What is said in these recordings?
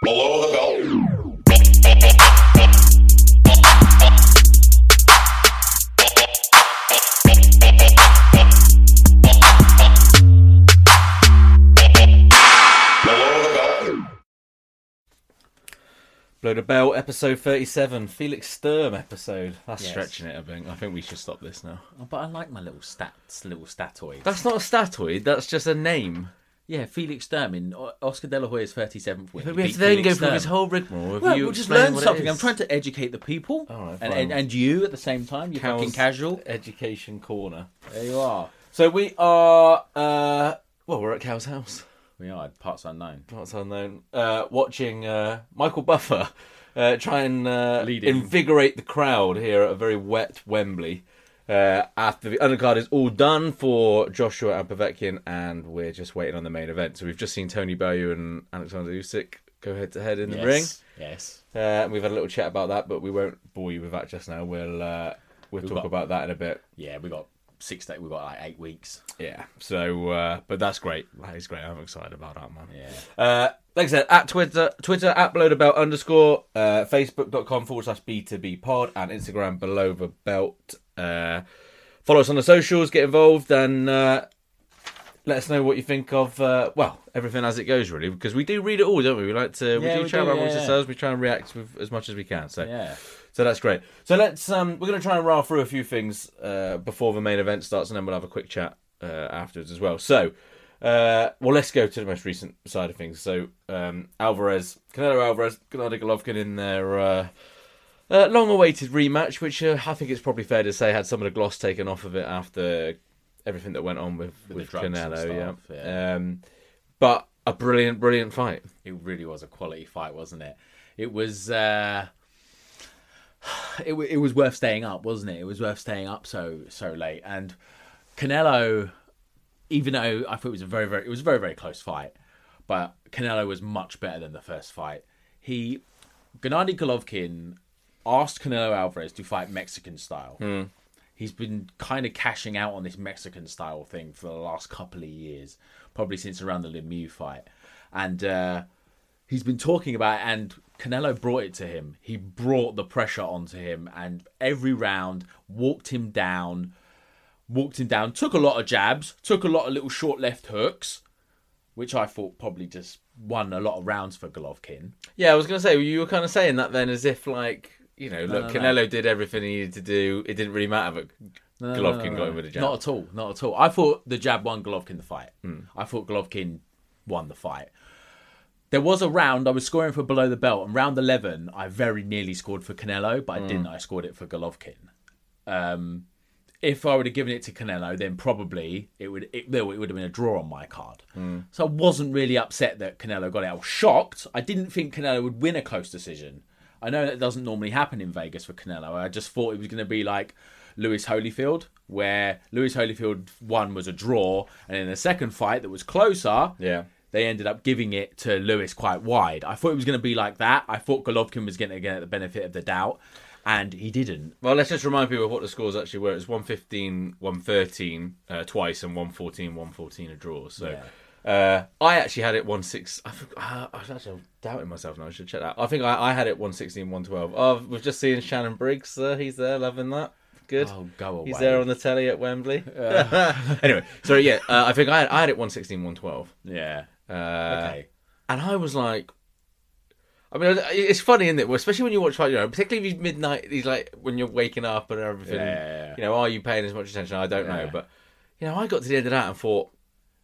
Below the belt. Below the belt. Blow the Bell, episode 37, Felix Sturm episode. That's Yes. stretching it, I think. I think we should stop this now. Oh, but I like my little stats, little statoid. That's not a statoid, that's just a name. yeah, Felix Sturm in O- Oscar De La Hoya's 37th win. But he we have beat to then Felix go through Sturm. this whole rigmarole of Well, you we'll just explaining learn what it something. is. I'm trying to educate the people All right, and, fine. Eh. and and you at the same time. You're Cal's fucking casual. Education corner. There you are. So we are, uh, well, we're at Cow's house. We are parts unknown. That's unknown. Uh, watching uh, Michael Buffer uh, try and uh, Lead in. invigorate the crowd here at a very wet Wembley. Uh, after the undercard is all done for Joshua Apovetkin, and we're just waiting on the main event. So we've just seen Tony Bellew and Alexander Usyk go head to head in the ring. yes. Yes. Uh, and we've had a little chat about that, but we won't bore you with that just now. We'll uh, we'll talk got- about that in a bit. Yeah, we got six days. We got like eight weeks. Yeah. So, uh, but that's great. That is great. I'm excited about that, man. Yeah. Uh, like I said, at Twitter, Twitter at below the belt underscore, uh, Facebook.com forward slash B2B pod, and Instagram below the belt. Uh, follow us on the socials, get involved, and uh, let us know what you think of, uh, well, everything as it goes, really, because we do read it all, don't we? We like to, we Yeah, do we chat do, about yeah, what it yeah. ourselves, we try and react with as much as we can. So, Yeah. so that's great. So let's um, we're going to try and rattle through a few things uh, before the main event starts, and then we'll have a quick chat uh, afterwards as well. So, uh, well, let's go to the most recent side of things. So um, Alvarez, Canelo Alvarez, Gennady Golovkin in their uh, uh, long-awaited rematch, which uh, I think it's probably fair to say had some of the gloss taken off of it after everything that went on with the with, drugs and Canelo. stuff, yeah, yeah. Um, but a brilliant, brilliant fight. It really was a quality fight, wasn't it? It was. Uh, it, w- it was worth staying up, wasn't it? It was worth staying up so so late. And Canelo, even though I thought it was a very very it was a very very close fight, but Canelo was much better than the first fight. He Gennady Golovkin asked Canelo Alvarez to fight Mexican style. He's been kind of cashing out on this Mexican style thing for the last couple of years, probably since around the Lemieux fight, and. uh he's been talking about it and Canelo brought it to him. He brought the pressure onto him and every round walked him down, walked him down, took a lot of jabs, took a lot of little short left hooks, which I thought probably just won a lot of rounds for Golovkin. Yeah, I was going to say you were kind of saying that then, as if like you know, look, no, no. Canelo did everything he needed to do. It didn't really matter, but No, Golovkin no, no, got no. him with a jab. Hmm. Um, Not at all. Not at all. I thought the jab won Golovkin the fight. I thought Golovkin won the fight. There was a round I was scoring for below the belt, and round eleven I very nearly scored for Canelo, Hmm. but I didn't. I scored it for Golovkin. Um, if I would have given it to Canelo, then probably it would it, there would- it would have been a draw on my card. Hmm. So I wasn't really upset that Canelo got it. I was shocked. I didn't think Canelo would win a close decision. I know that doesn't normally happen in Vegas for Canelo. I just thought it was going to be like Lewis Holyfield, where Lewis Holyfield one was a draw, and in the second fight that was closer, Yeah. they ended up giving it to Lewis quite wide. I thought it was going to be like that. I thought Golovkin was going to get the benefit of the doubt, and he didn't. Well, let's just remind people of what the scores actually were. It was 115, 113 uh, twice, and 114, 114 a draw. So uh, I actually had it 1 6. I, think- uh, I was actually doubting myself now. I should check that. I think I, I had it 116, 112. Oh, we've just seen Shannon Briggs. Uh, he's there, loving that. Good. Oh, go He's away. there on the telly at Wembley. anyway, so yeah, uh, I think I had, I had it 116, 112. Yeah. Uh, okay. And I was like, I mean, it's funny, isn't it? Well, especially when you watch, like, you know, particularly if it's midnight, these like when you're waking up and everything. Yeah, yeah, yeah. You know, are you paying as much attention? I don't know, Yeah. but you know, I got to the end of that and thought,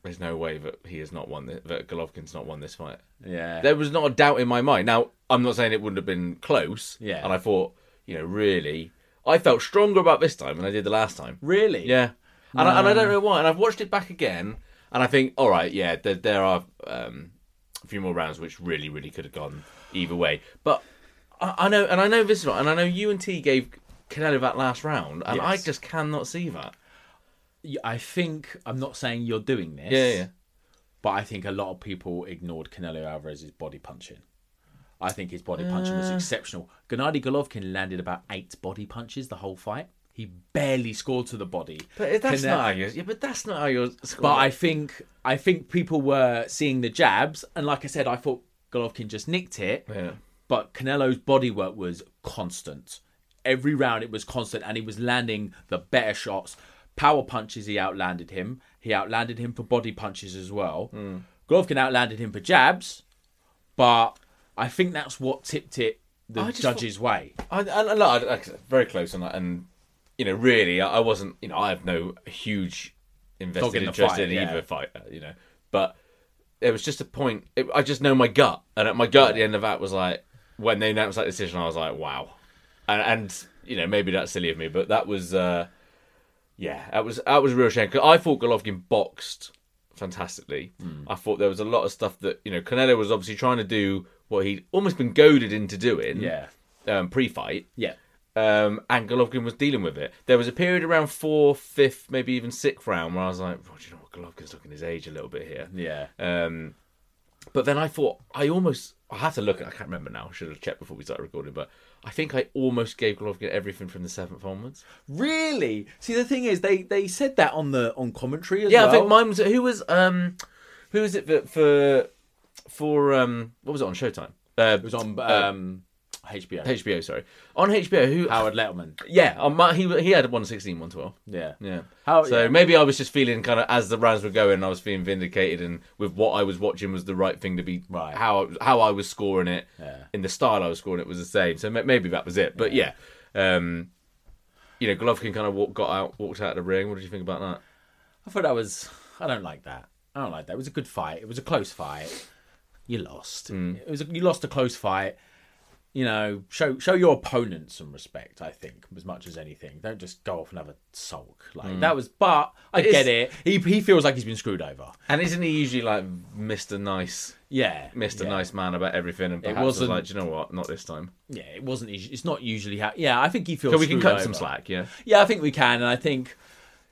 there's no way that he has not won this, that Golovkin's not won this fight. Yeah. There was not a doubt in my mind. Now, I'm not saying it wouldn't have been close. Yeah. And I thought, you know, really, I felt stronger about this time than I did the last time. Really? Yeah, and, I, and I don't know why. And I've watched it back again, and I think, all right, yeah, there, there are um, a few more rounds which really, really could have gone either way. But I, I know, and I know this one, and I know you and T gave Canelo that last round, and I Yes. just cannot see that. I think I'm not saying you're doing this. Yeah, yeah. but I think a lot of people ignored Canelo Alvarez's body punching. I think his body punching Uh. was exceptional. Gennady Golovkin landed about eight body punches the whole fight. He barely scored to the body. But that's Canelo- not how you. Yeah, but that's not how you're. but I think I think people were seeing the jabs, and like I said, I thought Golovkin just nicked it. Yeah. But Canelo's body work was constant. Every round it was constant, and he was landing the better shots. Power punches, he outlanded him. He outlanded him for body punches as well. Hmm. Golovkin outlanded him for jabs, but I think that's what tipped it the I just judges' way. I, I, I, like- like I said, very close on that, and you know, really, I, I wasn't. You know, I have no huge invested Dog in the interest fight, in yeah. either fight. uh, You know, but it was just a point. It, I just know my gut, and my gut at the end of that was like when they announced that decision, I was like, wow, and, and you know, maybe that's silly of me, but that was. uh yeah, that was that was a real shame 'cause I thought Golovkin boxed fantastically. Hmm. I thought there was a lot of stuff that you know Canelo was obviously trying to do what he'd almost been goaded into doing. Yeah. um, pre-fight. Yeah. Um, and Golovkin was dealing with it. There was a period around fourth, fifth, maybe even sixth round where I was like, well, do you know what? Golovkin's looking his age a little bit here. Yeah. Um, but then I thought I almost I had to look. I can't remember now. I should have checked before we started recording. But I think I almost gave Golovkin everything from the seventh onwards. Really? See, the thing is, they they said that on the on commentary as Yeah, well. I think mine was who was um who was it for for, for um what was it on Showtime? Uh, It was on um, HBO. HBO. Sorry, on HBO. Who? Howard Letterman. yeah, on my, he he had one sixteen, one twelve. Yeah. Yeah. How- so yeah. maybe I was just feeling kind of as the rounds were going, I was feeling vindicated, and with what I was watching was the right thing to be. Right. How how I was scoring it, Yeah. in the style I was scoring it was the same. So ma- maybe that was it. But yeah, um, you know, Golovkin kind of walk, got out, walked out of the ring. What did you think about that? I thought that was. I don't like that. I don't like that. It was a good fight. It was a close fight. You lost. Hmm. It was. A, you lost a close fight. You know, show show your opponent some respect. I think as much as anything. Don't just go off and have a sulk like Hmm. that was. But I It's- get it. He he feels like he's been screwed over. And isn't he usually like Mister Nice, Yeah, Mister yeah. Nice Man about everything? And perhaps was wasn't- like, Do you know what? Not this time. Yeah, it wasn't. us- It's not usually how. Yeah, I think he feels. So we can screwed cut over. some slack. Yeah. Yeah, I think we can, and I think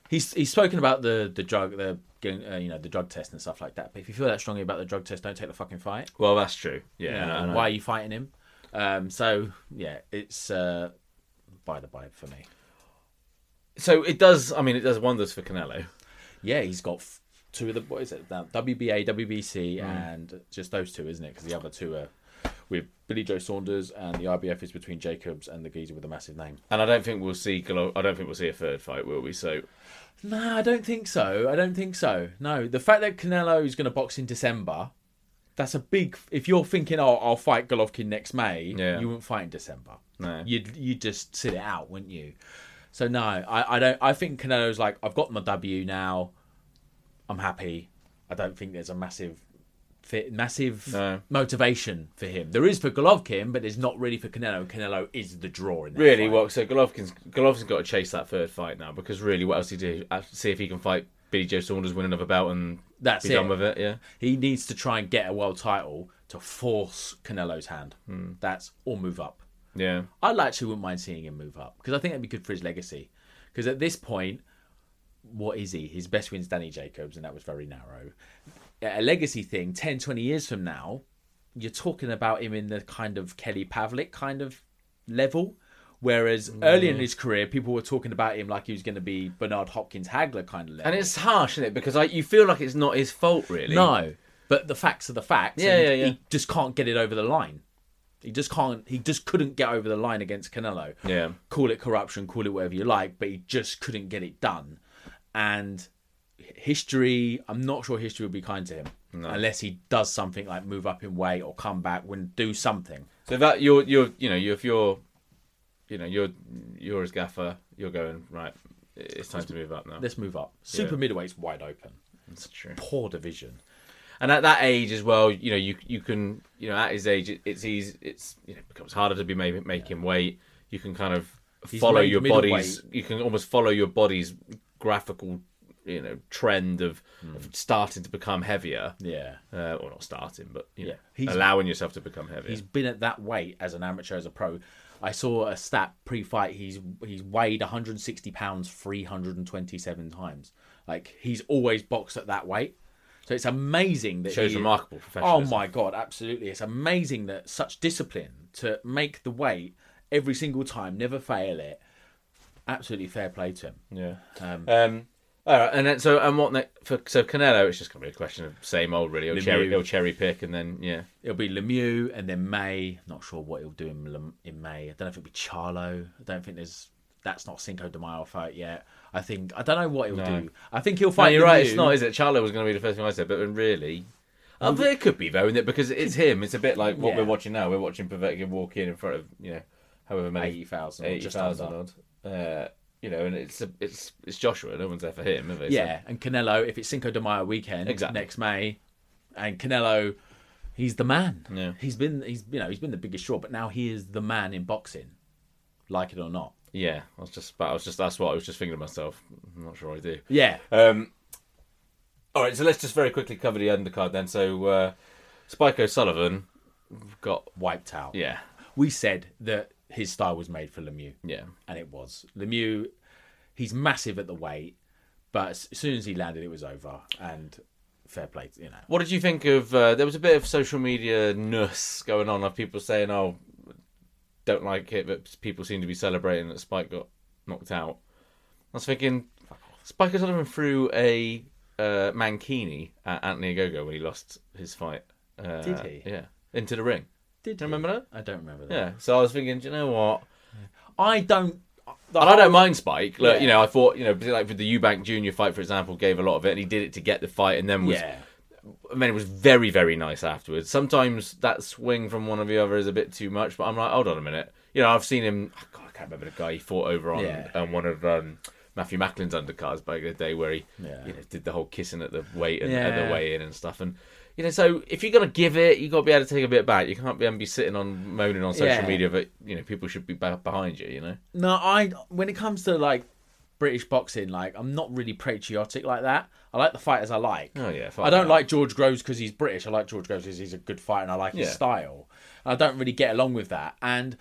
he's he's spoken about the the drug, the uh, you know the drug test and stuff like that. But if you feel that strongly about the drug test, don't take the fucking fight. Well, that's true. Yeah. You know, I know. Why are you fighting him? Um, so yeah, it's uh, by the by for me. So it does. I mean, it does wonders for Canelo. Yeah, he's got f- two of the what is it now? WBA, WBC, Mm. and just those two, isn't it? Because the other two are with Billy Joe Saunders, and the IBF is between Jacobs and the geezer with a massive name. And I don't think we'll see. Golo- I don't think we'll see a third fight, will we? So No, I don't think so. I don't think so. No, the fact that Canelo is going to box in December, that's a big. If you're thinking, "Oh, I'll fight Golovkin next May," Yeah. you wouldn't fight in December. No. you'd you would just sit it out, wouldn't you? So no, I, I don't. I think Canelo's like, I've got my W now. I'm happy. I don't think there's a massive, fit, massive No. motivation for him. There is for Golovkin, but there's not really for Canelo. Canelo is the draw in that really, fight. well, so Golovkin's Golovkin's got to chase that third fight now because really, what else he do? Uh, See if he can fight Billy Joe Saunders, win another bout, and That's be it. done with it. Yeah, He needs to try and get a world title to force Canelo's hand. That's or move up. yeah. I actually wouldn't mind seeing him move up because I think that'd be good for his legacy. Because at this point, what is he? His best win's Danny Jacobs, and that was very narrow. A legacy thing, 10, 20 years from now, you're talking about him in the kind of Kelly Pavlik kind of level. Whereas early in his career, people were talking about him like he was going to be Bernard Hopkins Hagler kind of level. And it's harsh, isn't it? Because like you feel like it's not his fault, really. No, but the facts are the facts. Yeah, and yeah, yeah. He just can't get it over the line. He just can't. He just couldn't get over the line against Canelo. Yeah. Call it corruption, call it whatever you like, but he just couldn't get it done. And history, I'm not sure history will be kind to him unless he does something like move up in weight or come back when do something. So that you're you're you know you if you're you know you're you're as gaffer, you're going right. It's time to move up now. Let's move up. Super Yeah. middleweight's wide open. That's true. Poor division. and at that age as well, you know, you you can, you know, at his age, it, it's easy, it's you know, it becomes harder to be ma- making weight. You can kind of follow made your middleweight. body's, you can almost follow your body's graphical, you know, trend of, of starting to become heavier. Hmm. Yeah. Uh, or not starting, but you know, Yeah. He's- allowing yourself to become heavier. He's been at that weight as an amateur, as a pro. I saw a stat pre-fight. He's he's weighed 160 pounds 327 times. Like he's always boxed at that weight. So it's amazing that Shows he- remarkable Oh professionalism. my god, absolutely! It's amazing that such discipline to make the weight every single time, never fail it. Absolutely fair play to him. Yeah. Um, all right, and then so and what next for so Canelo? It's just gonna be a question of same old, really. He'll cherry, Lemieux. he'll cherry pick, and then yeah, It'll be Lemieux and then May. Not sure what he'll do in, Lem- in May. I don't know if it'll be Charlo. I don't think there's. That's not Cinco de Mayo fight yet. I think I don't know what he'll No. do. I think he'll No, fight. you're right. It's Lemieux. not, is it? Charlo was going to be the first thing I said, but really, uh, but it could be though, isn't it? Because it's him. It's a bit like what Yeah. we're watching now. We're watching Povetkin walk in in front of you know, however many 80,000 or eighty just thousand under. odd. Uh, you know, and it's a, it's it's Joshua. No one's there for him, have they? So- Yeah, and Canelo. If it's Cinco de Mayo weekend Exactly. next May, and Canelo, he's the man. Yeah. he's been he's you know he's been the biggest draw, but now he is the man in boxing, like it or not. yeah. I was just, but I was just. That's what I was just thinking to myself. I'm not sure I do. Yeah, Um, all right, so let's just very quickly cover the undercard then. So uh, Spike O'Sullivan got wiped out. yeah, we said that his style was made for Lemieux. yeah, and it was Lemieux. He's massive at the weight, but as soon as he landed, it was over. And fair play, you know. What did you think of? Uh, there was a bit of social media nuss going on of people saying, "Oh, don't like it," but people seem to be celebrating that Spike got knocked out. I was thinking, Spike O'Sullivan threw a uh, mankini at Anthony Agogo when he lost his fight. Uh, Did he? Yeah, into the ring. Did you remember that? I don't remember that. Yeah. So I was thinking, do you know what? I don't. the And I don't mind Spike. Look, Yeah. you know, I thought, you know, like with the Eubank Junior fight, for example, gave a lot of it, and he did it to get the fight, and then was Yeah, I mean, it was very, very nice afterwards. Sometimes that swing from one or the other is a bit too much, but I'm like, hold on a minute. You know, I've seen him. oh, God, I can't remember the guy he fought over on Yeah. on one of um, Matthew Macklin's undercards back in the day, where he Yeah. you know, did the whole kissing at the weight and at Yeah. the weigh in and stuff. And you know, so if you're gonna give it, you got to be able to take a bit back. You can't be, be sitting on moaning on social Yeah. media that you know people should be back behind you. You know, no, I. When it comes to like British boxing, like I'm not really patriotic like that. I like the fighters I like. Oh, yeah, fuck I don't that. like George Groves because he's British. I like George Groves because he's a good fighter and I like Yeah. his style. I don't really get along with that, and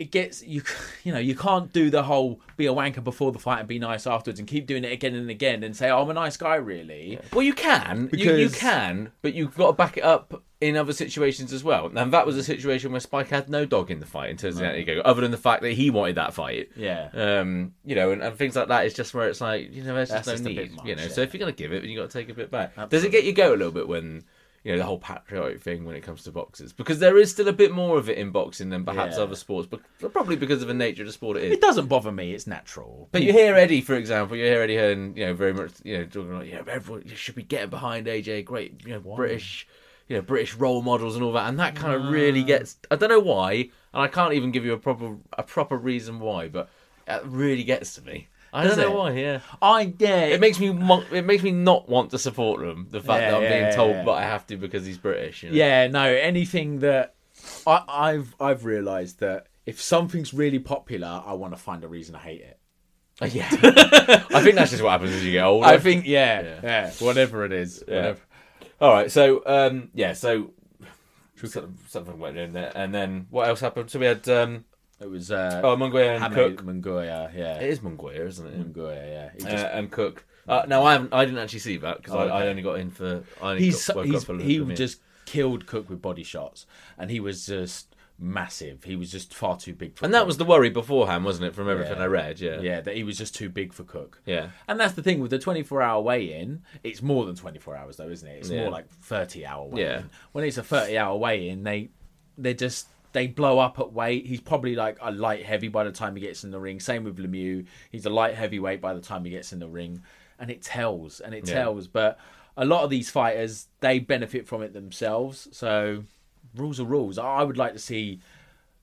it gets you. You know, you can't do the whole be a wanker before the fight and be nice afterwards, and keep doing it again and again, and say oh, I'm a nice guy really. Well, you can. You, you Because- can, but you've got to back it up in other situations as well. And that was a situation where Spike had no dog in the fight in terms of Anthony Gogo, other than the fact that he wanted that fight. Yeah. Um, you know, and, and things like that is just where it's like, you know, there's just That's just no a bit need. much, you know, so yeah. if you're going to give it, then you've got to take a bit back. Does it Absolutely. get you go a little bit when, you know, the whole patriotic thing when it comes to boxers? Because there is still a bit more of it in boxing than perhaps Yeah. other sports, but probably because of the nature of the sport it is. It doesn't bother me. It's natural. But you hear Eddie, for example, you hear Eddie Hearn, you know, very much, you know, talking like, you know, everyone you should be getting behind AJ, great, you know, British, you know, British role models and all that, and that kind of really gets. I don't know why, and I can't even give you a proper a proper reason why, but that really gets to me. I Does don't know it? why. Yeah, I yeah. it makes me mo- it makes me not want to support them. The fact Yeah, that I'm yeah, being yeah, told yeah. that I have to because he's British. You know? Yeah, no, anything that I, I've I've realised that if something's really popular, I want to find a reason to hate it. yeah. I think that's just what happens as you get older. I think, yeah, yeah, whatever it is, whatever. All right, so um, yeah, so something, something went in there, and then what else happened? So we had um, It was uh, oh Munguia and Hame Cook. Munguia, It yeah, is Munguia, isn't it? Munguia, yeah. He Uh, just, and Cook. Uh, no, I haven't. I didn't actually see that because Oh, I, I okay. only got in for. I only he's got, woke he's up for he Lukemia. just killed Cook with body shots, and he was just massive. He was just far too big for. And that Cook. was the worry beforehand, wasn't it? From everything Yeah. I read, yeah, yeah, that he was just too big for Cook. Yeah. And that's the thing with the 24 hour weigh in, it's more than 24 hours though, isn't it? It's Yeah. more like 30 hour weigh in. Yeah. When it's a 30 hour weigh in, they they just they blow up at weight. He's probably like a light heavy by the time he gets in the ring. Same with Lemieux. He's a light heavyweight by the time he gets in the ring. And it tells and it Yeah. tells. But a lot of these fighters, they benefit from it themselves. So rules are rules. I would like to see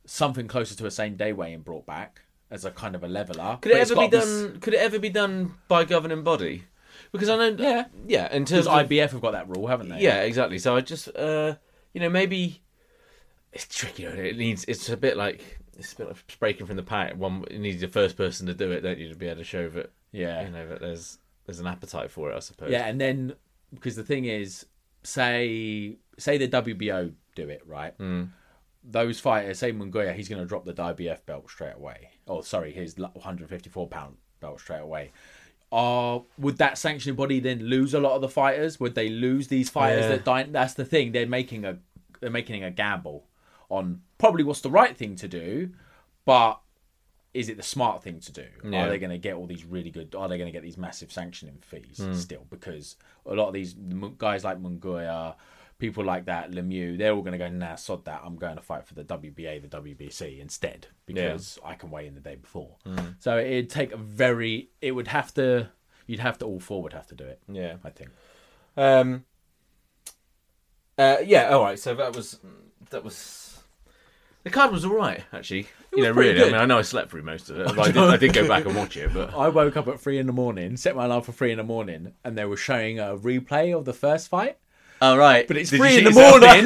something closer to a same day weigh in brought back as a kind of a leveler. Could it But it's ever be got this- done? Could it ever be done by governing body? Because I know, yeah, yeah. In terms Because of IBF have got that rule, haven't they? Yeah, exactly. So I just, uh, you know, maybe it's tricky. isn't It It needs. It's a bit like it's a bit like breaking from the pack. One you need the first person to do it, don't you, to be able to show that Yeah. you know that there's there's an appetite for it. I suppose. Yeah, and then because the thing is, say say the WBO do it right. Those fighters, say Munguia, he's going to drop the IBF belt straight away. Oh, sorry, his 154 pound belt straight away. are would that sanctioning body then lose a lot of the fighters? Would they lose these fighters Yeah. that die? That's the thing. They're making a they're making a gamble on probably what's the right thing to do, but is it the smart thing to do? Yeah. Are they going to get all these really good? Are they going to get these massive sanctioning fees Hmm. still? Because a lot of these m- guys like Munguia, people like that, Lemieux, they're all going to go, nah, sod that. I'm going to fight for the WBA, the WBC instead because I can weigh in the day before. Hmm. So it'd take a very, it would have to, you'd have to, all four would have to do it. Yeah. I think. Um. Uh, yeah. All right. So that was that was the card was all right actually. you was know, pretty really. I good. mean, I know I slept through most of it. but I, did, I did go back and watch it, but I woke up at three in the morning, set my alarm for three in the morning, and they were showing a replay of the first fight. all right. But it's three in the morning.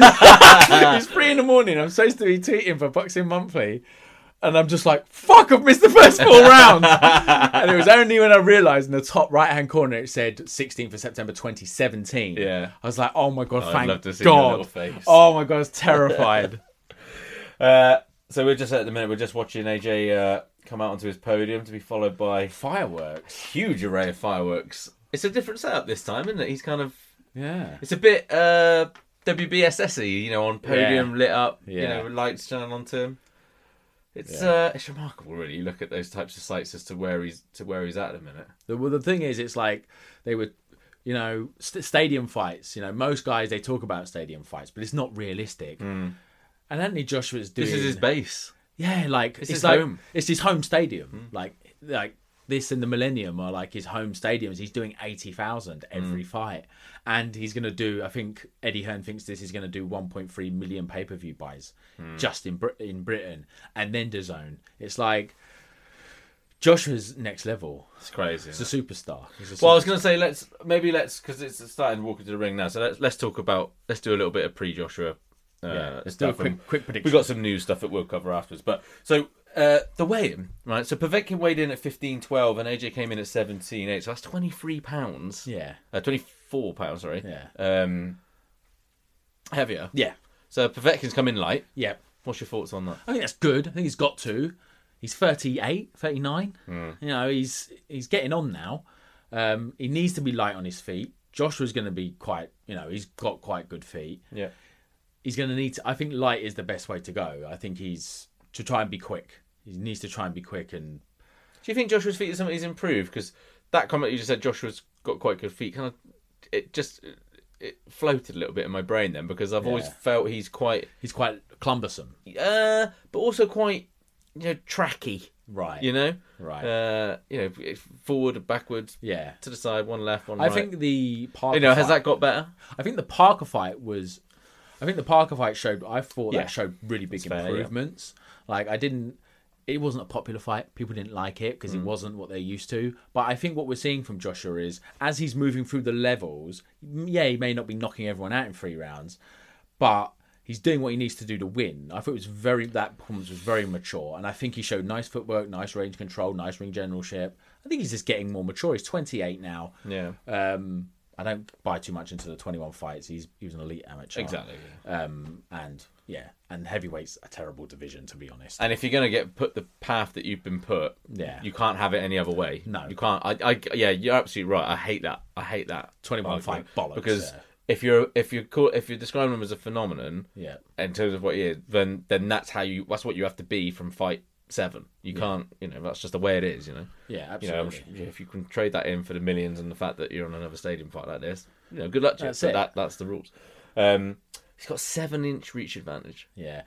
it's three in the morning. I'm supposed to be tweeting for Boxing Monthly. And I'm just like, fuck, I've missed the first four rounds. and it was only when I realised in the top right hand corner it said 16th of September 2017. Yeah. I was like, oh my God, thank love to see your little God. face. Oh my God, I was terrified. Uh, so we're just at the minute. We're just watching AJ uh, come out onto his podium to be followed by Fireworks. huge array of fireworks. It's a different setup this time, isn't it? He's kind of Yeah. It's a bit uh, WBSS-y, you know, on podium Yeah. lit up, you Yeah. know, with lights shining onto him. It's Yeah. uh, it's remarkable, really. You look at those types of sights as to where he's to where he's at at the minute. The, well, the thing is, it's like they were, you know, st- stadium fights. You know, most guys, they talk about stadium fights, but it's not realistic. And Anthony Joshua's doing. Mm. This is his base. Yeah, like it's, his like, home. Hmm. It's his home stadium. Like like this and the Millennium are like his home stadiums. He's doing eighty thousand every Hmm. fight, and he's gonna do. I think Eddie Hearn thinks this is gonna do one point three million pay per view buys Hmm. just in Brit- in Britain, and then the zone. It's like Joshua's next level. It's crazy. He's a superstar. He's a well, I was going to say let's maybe let's because it's starting to walk into the ring now. So let's let's talk about let's do a little bit of pre-Joshua. Uh, Yeah, let's do a stuff quick- and- quick We've prediction. got some new stuff that we'll cover afterwards. But so uh, the weigh-in, right? So Povetkin weighed in at fifteen twelve, and AJ came in at seventeen eight. So that's twenty three pounds. yeah, uh, 24 pounds sorry Yeah. um heavier yeah, so Povetkin's come in light yeah. what's your thoughts on that I think that's good. I think he's got to. He's 38, 39. Hmm. You know, he's he's getting on now. Um, he needs to be light on his feet. Joshua's going to be quite, you know, he's got quite good feet. yeah He's going to need to, I think light is the best way to go. I think he's to try and be quick. He needs to try and be quick and do you think Joshua's feet is something he's improved because that comment you just said Joshua's got quite good feet kind of it just it floated a little bit in my brain then because I've always Yeah. felt he's quite he's quite cumbersome. uh but also quite you know tracky Right. you know Right. uh you know it- forward backwards yeah. to the side one left one I right think the Parker you know has fight- that got better I think the Parker fight was. I think the Parker fight showed. I thought Yeah. that showed really big fair, yeah. improvements. Like I didn't. It wasn't a popular fight. People didn't like it because it Mm. wasn't what they're used to. But I think what we're seeing from Joshua is as he's moving through the levels. m- Yeah, he may not be knocking everyone out in three rounds, but he's doing what he needs to do to win. I thought it was very that performance was very mature, and I think he showed nice footwork, nice range control, nice ring generalship. I think he's just getting more mature. He's 28 now. yeah Um, I don't buy too much into the 21 fights. He's he was an elite amateur. exactly Um, and yeah, and heavyweight's a terrible division to be honest. And if you're going to get put the path that you've been put, Yeah. you can't have it any other way. No. you can't. I, I, yeah, you're absolutely right. I hate that. I hate that. 21 argument. fight bollocks, Because yeah. if you're if you're call, if you're describing him as a phenomenon, Yeah. in terms of what he is, then then that's how you that's what you have to be from fight seven. You can't, you know, that's just the way it is. You know. Yeah, You know, I'm absolutely. sure- if you can trade that in for the millions and the fact that you're on another stadium fight like this, you know, good luck to you. That's But it. That, that's the rules. Um, he's got seven inch reach advantage. yeah,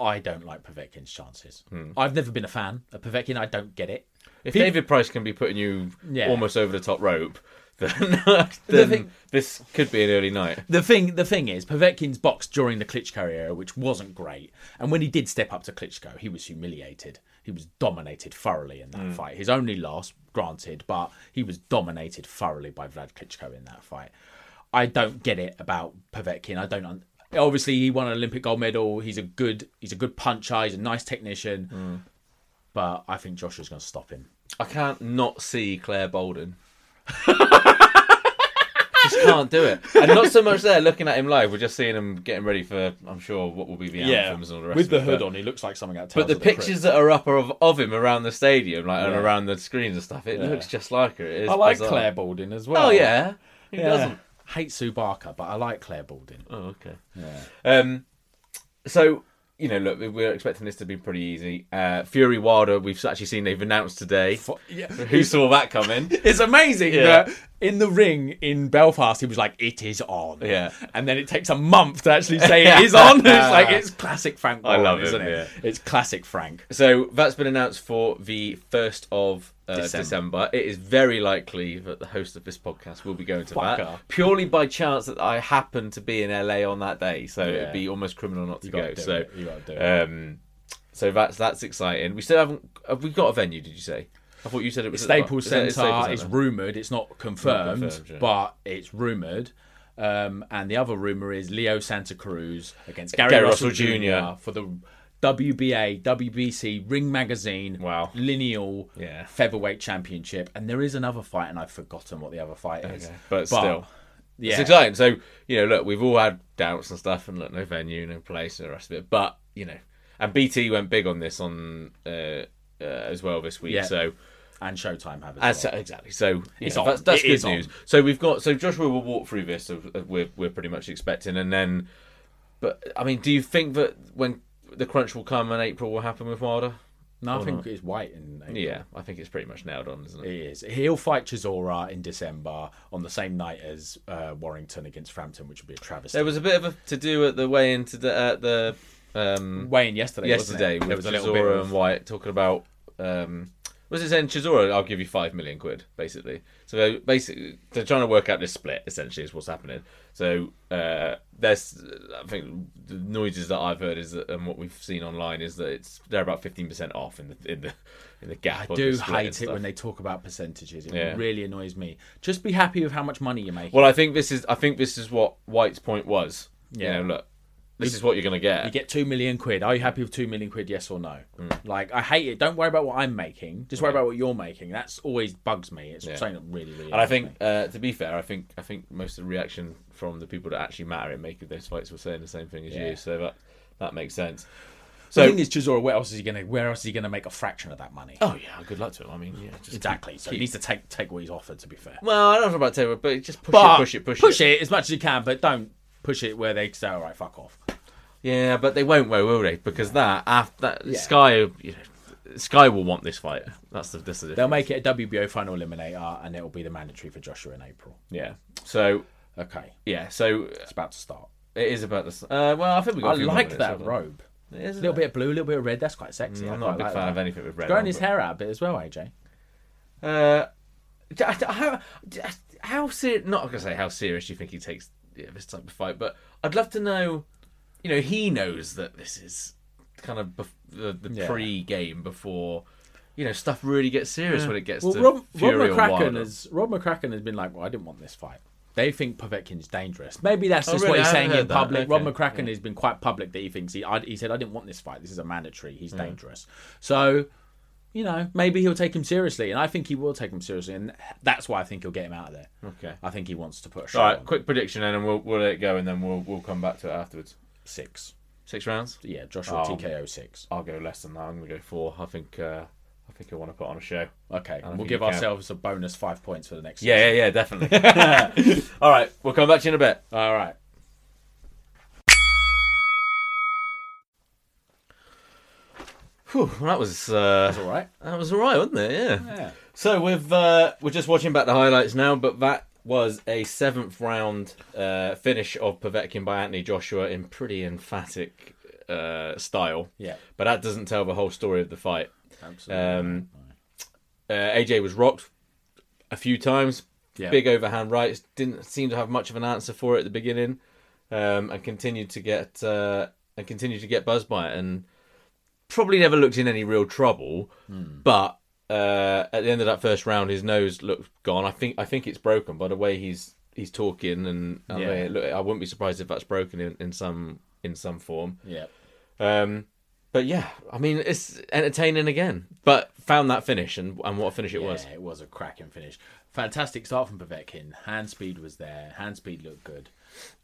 I don't like Povetkin's chances. Hmm. I've never been a fan of Povetkin. I don't get it. If People- David Price can be putting you Yeah. almost over the top rope, then, The then thing- this could be an early night. The thing, the thing is, Povetkin's boxed during the Klitschko era, which wasn't great. And when he did step up to Klitschko, he was humiliated. He was dominated thoroughly in that fight. His only loss, granted, but he was dominated thoroughly by Vlad Klitschko in that fight. I don't get it about Povetkin. I don't. Un- Obviously, he won an Olympic gold medal. He's a good. He's a good puncher. He's a nice technician. But I think Joshua's going to stop him. I can't not see Claire Bolden. just can't do it. And not so much there looking at him live. We're just seeing him getting ready for, I'm sure, what will be the yeah, anthems and all the rest. with of the it, hood but- on, he looks like something out. of But the Tales of Crypt. pictures that are up are of, of him around the stadium, like and Yeah. around the screens and stuff. It Yeah. looks just like her. It is I like bizarre. Claire Balding as well. Oh yeah, who Yeah. doesn't? Hate Sue Barker, but I like Claire Balding. Oh okay. Um, so you know, look, we- we're expecting this to be pretty easy. Uh, Fury Wilder, we've actually seen they've announced today. yeah. Who saw that coming? It's amazing Yeah. that in the ring in Belfast, he was like, "It is on." Yeah. and then it takes a month to actually say it is on. It's like it's classic Frank. I Warren, love him, isn't it? It's classic Frank. So that's been announced for the first of uh, December. December. It is very likely that the host of this podcast will be going to Fuck that off. purely by chance that I happen to be in LA on that day. So it'd Yeah. be almost criminal not to gotta go. do So it. You gotta do it. um, so that's that's exciting. We still haven't. Have we got a venue? Did you say? I thought you said it was at the- is Staples it- Center. it's Staples It's Centre? rumored. It's not confirmed, confirmed, yeah. but it's rumored. Um, and the other rumor is Leo Santa Cruz against Gary, Gary Russell, Russell Jr. Jr. for the WBA, WBC Ring Magazine Wow. lineal Yeah. featherweight championship. And there is another fight, and I've forgotten what the other fight is. Okay. But still. yeah, It's exciting. So you know, look, we've all had doubts and stuff, and look, no venue, no place, and the rest of it. But you know, and BT went big on this on uh, uh, as well this week. Yeah. So and Showtime have as as, well. exactly. So you It's know, on. that's, that's It good is on. news. So we've got so Joshua will walk through this. So uh, we're we're pretty much expecting, and then, but I mean, do you think that when the crunch will come in April will happen with Wilder? no, I think it's white in April. Yeah, I think it's pretty much nailed on, isn't it? It is. He'll fight Chisora in December on the same night as uh, Warrington against Frampton, which would be a travesty. There was a bit of a to do at the way into the at the um, Wayne yesterday. yesterday wasn't it? with Chisora and White talking about um, was it saying Chisora? I'll give you five million quid, basically. So they're basically they're trying to work out this split. Essentially, is what's happening. So uh, there's I think the noises that I've heard is that, and what we've seen online is that it's they're about fifteen percent off in the in the in the gap. I do hate it when they talk about percentages. It Yeah. really annoys me. Just be happy with how much money you make. Well, I think this is I think this is what White's point was. Yeah. You know, look, this is what you're gonna get. you get two million quid. Are you happy with two million quid? Yes or no? Hmm. Like I hate it. Don't worry about what I'm making. Just worry about what you're making. That's always bugs me. It's something that really, really. And I annoys think, me. uh, to be fair, I think I think most of the reaction from the people that actually matter in making those fights were saying the same thing as Yeah. you, so that that makes sense. the So, thing is, Chisora, where else is he going to? Where else is he going to make a fraction of that money? oh yeah, good luck to him. I mean, yeah, just exactly. So he needs to take take what he's offered. To be fair. well, I don't know about Taylor, but just push But it, push it, push, push it. as much as you can, but don't push it where they say, "All right, fuck off." Yeah, but they won't, though, will they? Because that after that, Sky, you know, Sky will want this fight. That's the that's the They'll difference. make it a WBO final eliminator, and it'll be the mandatory for Joshua in April. Yeah. So Okay, yeah, so it's about to start. it is about this. Uh, well, I think we. I Got a few more like minutes, that haven't we? robe. It is, A isn't little it? bit of blue, a little bit of red. That's quite sexy. I Mm, I'm not a quite big like fan that. of anything with red. Growing on, his but- hair out a bit as well, AJ. Uh, d- I- d- how d- how serious? Not gonna say how serious do you think he takes yeah, this type of fight, but I'd love to know. You know, he knows that this is kind of bef- the, the Yeah. pre-game before. You know, stuff really gets serious when it gets Well, to Rob, Rob Fury or McCracken Wilder. has Rob McCracken has been like, "Well, I didn't want this fight." They think Povetkin's dangerous. Maybe that's Oh, just really? what I he's haven't saying heard in that. public. Rob Okay. McCracken has been quite public that he thinks he. I, he said, "I didn't want this fight. This is a mandatory. He's Mm. dangerous." So, you know, maybe he'll take him seriously, and I think he will take him seriously, and that's why I think he'll get him out of there. Okay. I think he wants to put a shot All right, on. quick prediction, and then we'll we'll let it go, and then we'll we'll come back to it afterwards. six. Six rounds. Yeah, Joshua Oh. TKO six. I'll go less than that. I'm gonna go four. I think uh, I think I want to put on a show. Okay, think we'll you give count. ourselves a bonus five points for the next. Yeah, yeah, yeah, definitely. All right, we'll come back to you in a bit. All right. Whew, well, that was uh, That's all right. That was alright, wasn't it? Yeah. Yeah. So we've uh, we're just watching back the highlights now, but that was a seventh round uh, finish of Povetkin by Anthony Joshua in pretty emphatic uh, style. Yeah. But that doesn't tell the whole story of the fight. Absolutely. Um, uh, AJ was rocked a few times. Yeah. Big overhand rights. Didn't seem to have much of an answer for it at the beginning, um, and continued to get uh, and continued to get buzzed by it, and probably never looked in any real trouble. Hmm. But uh, at the end of that first round, his nose looked gone. I think I think it's broken by the way he's he's talking, and and the Yeah. way it look, I wouldn't be surprised if that's broken in, in some in some form. yeah. Um, but But yeah, I mean, it's entertaining again. But found that finish and, and what a finish it was. Yeah, it was a cracking finish. Fantastic start from Povetkin. Hand speed was there. Hand speed looked good,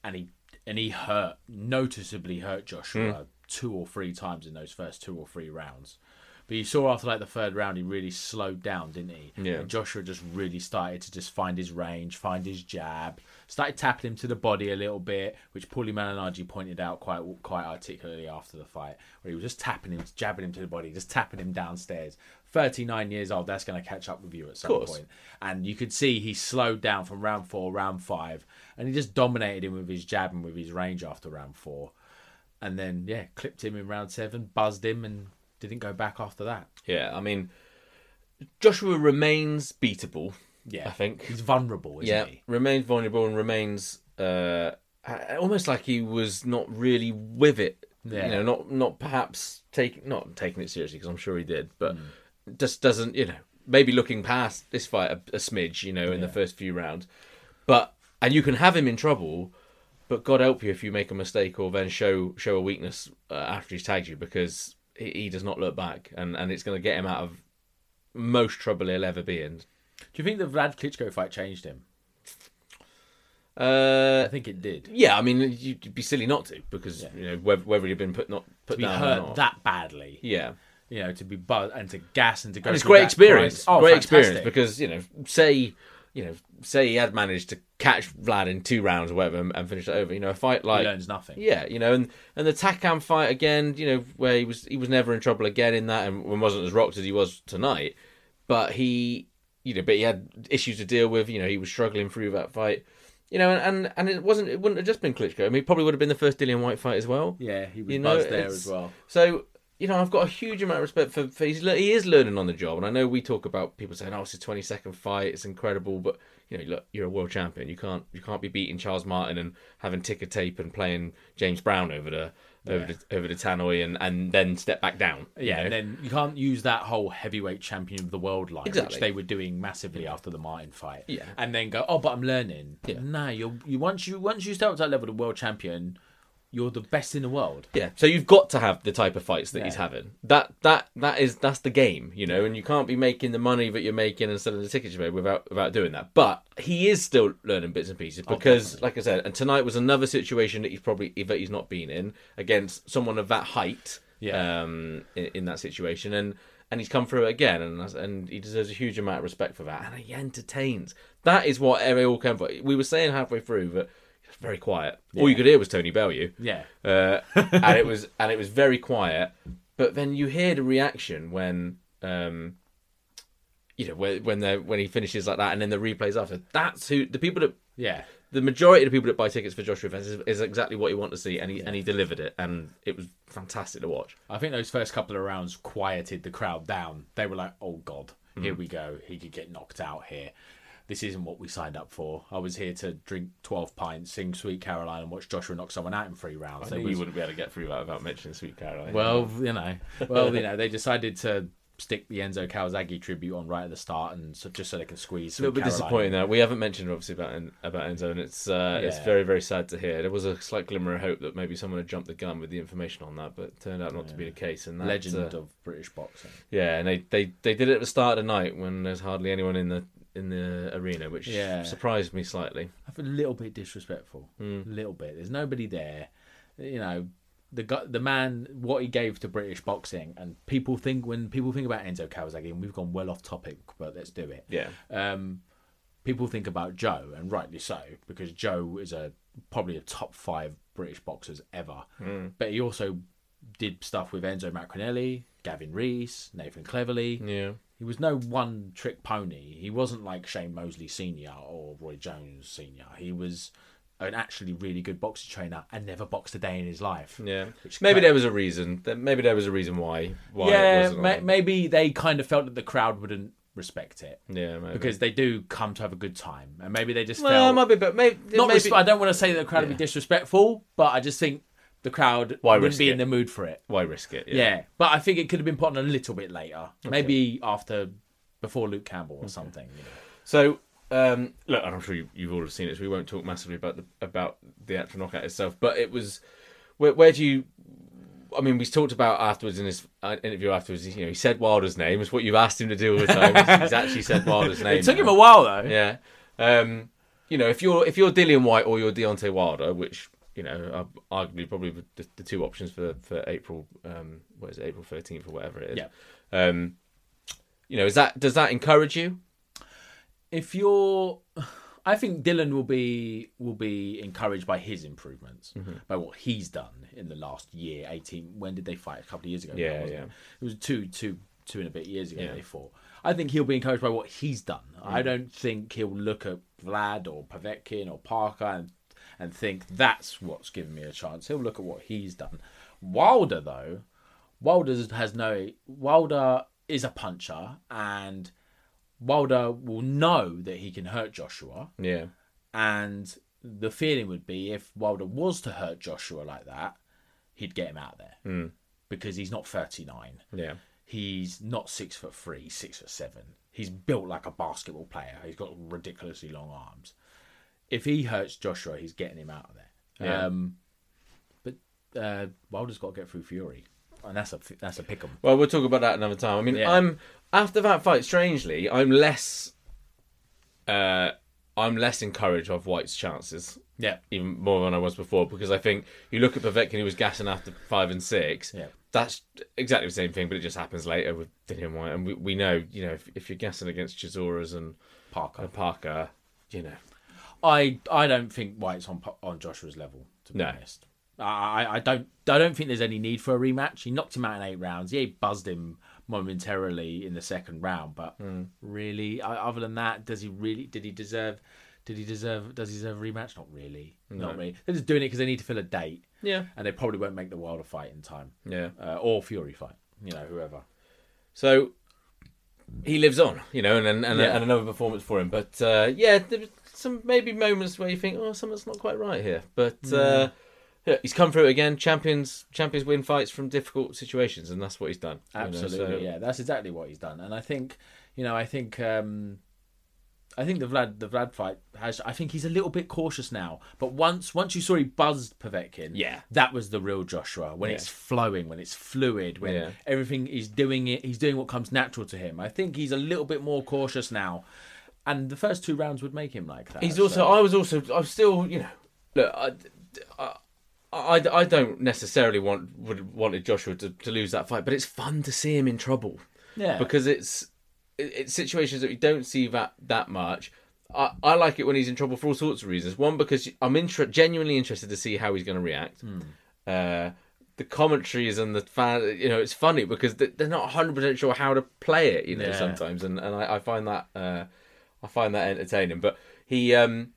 and he and he hurt noticeably hurt Joshua Hmm. two or three times in those first two or three rounds. But you saw after like the third round, he really slowed down, didn't he? Yeah. And Joshua just really started to just find his range, find his jab, started tapping him to the body a little bit, which Paulie Malignaggi pointed out quite quite articulately after the fight, where he was just tapping him, jabbing him to the body, just tapping him downstairs. 39 years old, that's going to catch up with you at some course. point. And you could see he slowed down from round four, round five, and he just dominated him with his jab and with his range after round four. And then, yeah, clipped him in round seven, buzzed him, and didn't go back after that. Yeah, I mean, Joshua remains beatable. Yeah, I think. he's vulnerable, isn't Yeah, he? remains vulnerable and remains uh, a- almost like he was not really with it. Yeah. You know, not not perhaps taking not taking it seriously because I'm sure he did, but just doesn't you know maybe looking past this fight a, a smidge you know in the first few rounds, but and you can have him in trouble, but God help you if you make a mistake or then show show a weakness uh, after he's tagged you because he, he does not look back and and it's going to get him out of most trouble he'll ever be in. Do you think the Vlad Klitschko fight changed him? Uh, I think it did. Yeah, I mean, you'd be silly not to because you know whether, whether you've been put not put To be down or hurt not. that badly, yeah, you know, to be buzzed and to gas and to go. and it's through great that experience. crisis- Oh, great fantastic. experience because you know, say you know, say he had managed to catch Vlad in two rounds or whatever and, and finish it over. You know, a fight he like learns nothing. yeah, you know, and and the Takam fight again, you know, where he was he was never in trouble again in that and wasn't as rocked as he was tonight, but he you know, but he had issues to deal with. You know, he was struggling through that fight. You know, and, and, and it wasn't. It wouldn't have just been Klitschko. I mean, it probably would have been the first Dillian White fight as well. Yeah, he was You know, buzzed there it's- as well. So you know, I've got a huge amount of respect for. for he's, le- he is learning on the job, and I know we talk about people saying, "Oh, it's his twenty second fight. It's incredible," but you know, look, you're a world champion. You can't you can't be beating Charles Martin and having ticker tape and playing James Brown over the over the over the Tannoy and and then step back down. you Yeah, know? and then you can't use that whole heavyweight champion of the world line, Exactly. which they were doing massively after the Martin fight. Yeah. and then go, oh, but I'm learning. Yeah. No, you you once you once you step up to that level of world champion, you're the best in the world. Yeah, so you've got to have the type of fights that he's Yeah. having. That that that is that's the game, you know. And you can't be making the money that you're making and selling the tickets you made without without doing that. But he is still learning bits and pieces Oh, because, like I said, and tonight was another situation that he's probably that he's not been in against someone of that height. Yeah. Um, in, in that situation, and and he's come through it again, and that's- and he deserves a huge amount of respect for that. And he entertains. That is what they all came for. We were saying halfway through that. it was Very quiet. All you could hear was Tony Bellew Yeah, uh, and it was and it was very quiet. But then you hear the reaction when um, you know when when, they're- when he finishes like that, and then the replays after. That's who the people that yeah. the majority of the people that buy tickets for Joshua Evans is, is exactly what you want to see, and he and he delivered it, and it was fantastic to watch. I think those first couple of rounds quieted the crowd down. They were like, "Oh God, Mm-hmm. here we go. He could get knocked out here. This isn't what we signed up for. I was here to drink twelve pints, sing Sweet Caroline, and watch Joshua knock someone out in three rounds." There was- wouldn't be able to get through that without mentioning Sweet Caroline. Well, you know, well, you know, they decided to stick the Enzo Kawasaki tribute on right at the start, and so, just so they can squeeze. a little bit disappointing that we haven't mentioned obviously about En- about Enzo, and it's uh, it's Yeah. very very sad to hear. There was a slight glimmer of hope that maybe someone had jumped the gun with the information on that, but it turned out not to be the case. And that, Legend uh, of British boxing. yeah, and they, they they did it at the start of the night when there's hardly anyone in the in the arena, which Yeah. surprised me slightly. I feel a little bit disrespectful. A little bit. There's nobody there. You know, the gu- the man, what he gave to British boxing, and people think when people think about Enzo Kawasaki, and we've gone well off topic, but let's do it. Yeah, um, people think about Joe, and rightly so, because Joe is a probably a top five British boxers ever. But he also did stuff with Enzo Macrinelli, Gavin Reese, Nathan Cleverly. yeah, He was no one trick pony. He wasn't like Shane Mosley Senior or Roy Jones Senior. He was an actually really good boxing trainer and never boxed a day in his life. yeah. Uh, Which Maybe cut- there was a reason. There- Maybe there was a reason why. why it yeah, wasn't ma- on. maybe they kind of felt that the crowd wouldn't respect it yeah, maybe. because they do come to have a good time, and maybe they just well, it felt might be, but maybe not. maybe, resp- I don't want to say that the crowd would be disrespectful, but I just think the crowd Why risk wouldn't be it? in the mood for it. why risk it? Yeah. but I think it could have been put on a little bit later, maybe after before Luke Campbell or something. you know. So um, look, and I'm sure you, you've all have seen it, so we won't talk massively about the about the actual knockout itself. But it was where, where do you I mean, we talked about afterwards in his uh, interview afterwards. You know, he said Wilder's name. It's what you've asked him to do all the time. He's- He's actually said Wilder's name. It took him now. a while though. Yeah. Um, you know, if you're if you're Dillian White or you're Deontay Wilder, which you know, are arguably probably the, the two options for for April, um, what is it, April thirteenth or whatever it is. Yeah. Um, you know, is that does that encourage you? if you're I think Dylan will be will be encouraged by his improvements, Mm-hmm. by what he's done in the last year, eighteen. When did they fight? A couple of years ago. now, Yeah, wasn't yeah. It? it was two, two, two and a bit years ago Yeah. Mm. they fought. I think he'll be encouraged by what he's done. I don't think he'll look at Vlad or Povetkin or Parker and and think that's what's given me a chance. He'll look at what he's done. Wilder though, Wilder has no Wilder is a puncher and Wilder will know that he can hurt Joshua, Yeah. and the feeling would be if Wilder was to hurt Joshua like that, he'd get him out there because he's not thirty nine. Yeah. He's not six foot three, he's six foot seven. He's built like a basketball player. He's got ridiculously long arms. If he hurts Joshua, he's getting him out of there. Yeah. Um, but uh, Wilder's got to get through Fury, and that's a that's a pick 'em. Well, we'll talk about that another time. I mean, Yeah. I'm after that fight. Strangely, I'm less. Uh, I'm less encouraged of White's chances. Yeah. even more than I was before because I think you look at Povetkin, he was gassing after five and six. Yeah. That's exactly the same thing, but it just happens later with Dillian White. And we, we know, you know, if, if you're gassing against Chizoras and Parker. and Parker, you know, I I don't think White's on on Joshua's level. To be No. honest, I, I I don't I don't think there's any need for a rematch. He knocked him out in eight rounds. Yeah, he buzzed him momentarily in the second round, but Hmm. really, I, other than that, does he really? Did he deserve? Did he deserve? Does he deserve a rematch? Not really. Not really. They're just doing it because they need to fill a date. Yeah. and they probably won't make the Wilder fight in time. yeah. uh, or Fury fight. You know, whoever. So he lives on, you know, and and, and, Yeah. and another performance for him. But uh, yeah, there were some maybe moments where you think, oh, something's not quite right here. But uh, Hmm. yeah, he's come through again. Champions champions win fights from difficult situations, and that's what he's done. you know, Absolutely, so- yeah. That's exactly what he's done, and I think, you know, I think, um I think the Vlad the Vlad fight has. I think he's a little bit cautious now, but once once you saw he buzzed Povetkin, Yeah. that was the real Joshua when it's flowing, when it's fluid, when Yeah. everything is doing it. He's doing what comes natural to him. I think he's a little bit more cautious now, and the first two rounds would make him like that. He's also. so- I was also. I'm still. You know. Look. I. I, I- I don't necessarily want would wanted Joshua to, to lose that fight, but it's fun to see him in trouble. Yeah. Because it's it- it's situations that we don't see that that much. I, I like it when he's in trouble for all sorts of reasons. One because I'm inter- genuinely interested to see how he's going to react. Hmm. Uh, the commentaries and the fan, you know, it's funny because they- they're not 100 percent sure how to play it. You know, Yeah. sometimes, and and I, I find that uh, I find that entertaining. But he, um,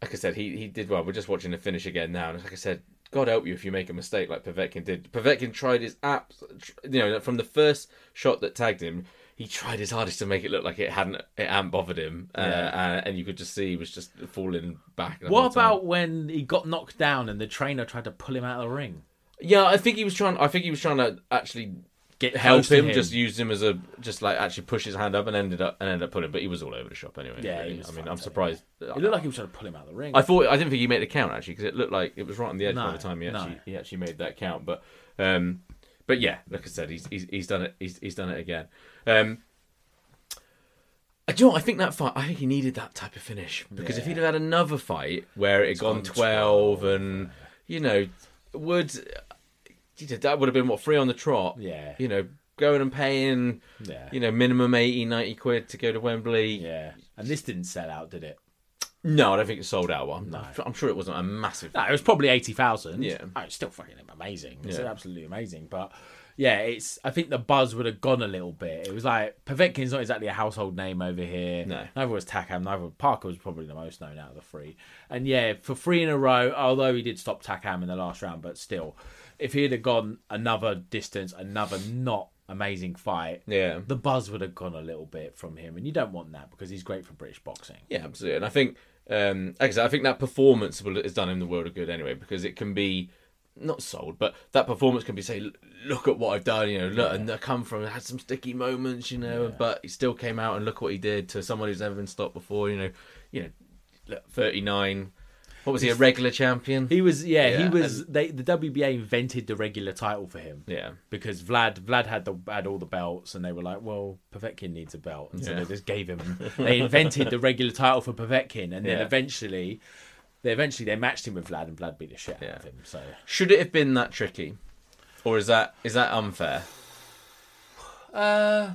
like I said, he he did well. We're just watching the finish again now, and like I said, God help you if you make a mistake like Povetkin did. Povetkin tried his abs, you know, from the first shot that tagged him, he tried his hardest to make it look like it hadn't it hadn't bothered him, uh, uh, and you could just see he was just falling back. the whole what time. about when he got knocked down and the trainer tried to pull him out of the ring? Yeah, I think he was trying. I think he was trying to actually Get help close to him, Just used him as a just like actually push his hand up and ended up and ended up putting. But he was all over the shop anyway. Yeah, he really. was I mean, fine, I'm so, surprised. It looked like he was trying to pull him out of the ring. I thought I didn't think he made a count actually because it looked like it was right on the edge by No, the time he no. actually he actually made that count. But um, but yeah, like I said, he's he's, he's done it. He's, he's done it again. Um, I do. You know what? I think that fight. I think he needed that type of finish because if he'd have had another fight where it had gone gone twelve and you know would you know, that would have been what three on the trot. Yeah. you know. Going and paying, Yeah. you know, minimum 80, 90 quid to go to Wembley. Yeah, and this didn't sell out, did it? No, I don't think it sold out. Well, I'm, I'm sure it wasn't a massive. No, it was probably eighty thousand. Yeah. oh, it's still fucking amazing. It's Yeah. absolutely amazing. But yeah, it's. I think the buzz would have gone a little bit. It was like Povetkin's not exactly a household name over here. No. neither was Takam. Neither Parker was probably the most known out of the three. And yeah, for three in a row, although he did stop Takam in the last round, but still, if he'd have gone another distance, another not amazing fight, Yeah. the buzz would have gone a little bit from him. And you don't want that because he's great for British boxing. Yeah, absolutely. And I think, um, like I said, I think that performance will, is done in the world of good anyway because it can be not sold, but that performance can be say, "Look- look at what I've done, you know, look, and I come from, I had some sticky moments, you know, but he still came out and look what he did to someone who's never been stopped before, you know, you know, look, thirty nine. What was he, a regular champion? He was, yeah, Yeah, he was. They, the WBA invented the regular title for him. Yeah. because Vlad, Vlad had the had all the belts, and they were like, well, Povetkin needs a belt, and so Yeah. they just gave him. They invented the regular title for Povetkin, and then Yeah. eventually, they eventually they matched him with Vlad, and Vlad beat the shit out Yeah. of him. So Should it have been that tricky? Or is that is that unfair? Uh,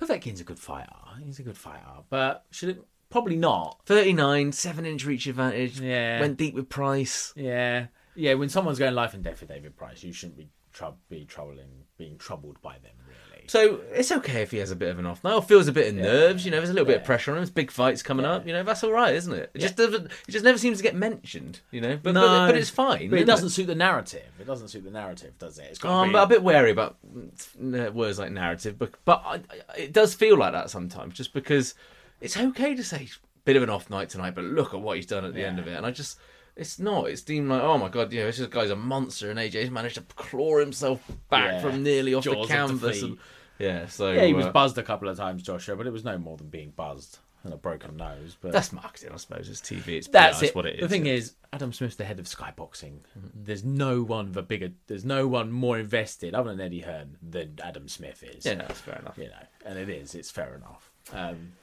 Povetkin's a good fighter. He's a good fighter, but should it probably not? 39, 7 inch reach advantage. Yeah. Went deep with Price. Yeah, yeah. When someone's going life and death with David Price, you shouldn't be trou- be troubling, being troubled by them really. So it's okay if he has a bit of an off night or feels a bit of nerves. You know, there's a little bit of Yeah. pressure on him. There's big fights coming up. You know, that's all right, isn't it? It just doesn't. It just never seems to get mentioned. You know, but but, but it's fine. isn't But it Um, doesn't suit the narrative. It doesn't suit the narrative, does it? It's Oh, got to I'm be. a bit wary about uh, words like narrative, but but I, I- it does feel like that sometimes. Just because it's okay to say bit of an off night tonight, but look at what he's done at the end of it, and I just. It's not. It's deemed like, oh my god, you know, this guy's a monster, and AJ's managed to claw himself back Yeah. from nearly off Jaws the of canvas. defeat. and, yeah, so yeah, he was uh, buzzed a couple of times, Joshua, but it was no more than being buzzed and a broken nose. But That's marketing, I suppose. It's TV. It's That's PR, it. It's what it is. The thing is, Adam Smith's the head of Skyboxing. There's no one with a bigger. There's no one more invested other than Eddie Hearn than Adam Smith is. yeah, no, that's fair enough. You know, and it is. It's fair enough. Um,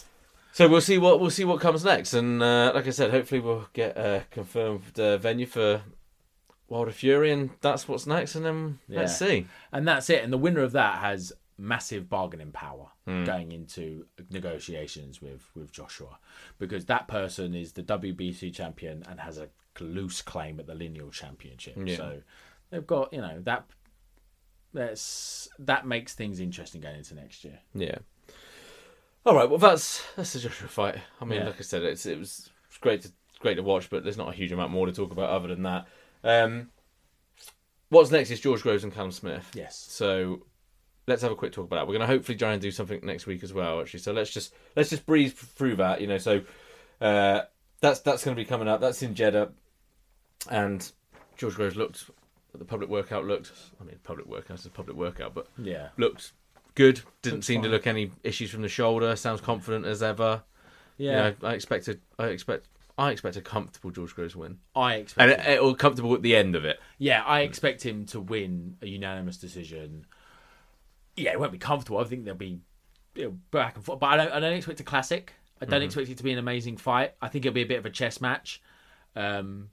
So we'll see what we'll see what comes next, and uh, like I said, hopefully we'll get a confirmed uh, venue for Wild of Fury, and that's what's next. And then let's Yeah. see. and that's it. And the winner of that has massive bargaining power going into negotiations with with Joshua, because that person is the WBC champion and has a loose claim at the lineal championship. Yeah. So they've got you know that. That's that makes things interesting going into next year. Yeah. All right. Well, that's that's the Joshua fight. I mean, Yeah. like I said, it's it was it's great to great to watch, but there's not a huge amount more to talk about other than that. Um, what's next is George Groves and Callum Smith. Yes. So let's have a quick talk about that. We're going to hopefully try and do something next week as well, actually. So let's just let's just breeze through that, you know. So uh, that's that's going to be coming up. That's in Jeddah, and George Groves looked the public workout looked. I mean, public workout is a public workout, but Yeah. looked good. Didn't seem to look any issues from the shoulder. Sounds confident as ever. You Yeah. know, I expected. I expect. I expect a comfortable George Groves win, I and expect. it, it, or comfortable at the end of it. yeah, I expect him to win a unanimous decision. Yeah, it won't be comfortable. I think there'll be you know, back and forth, but I don't. I don't expect a classic. I don't expect it to be an amazing fight. I think it'll be a bit of a chess match. Um,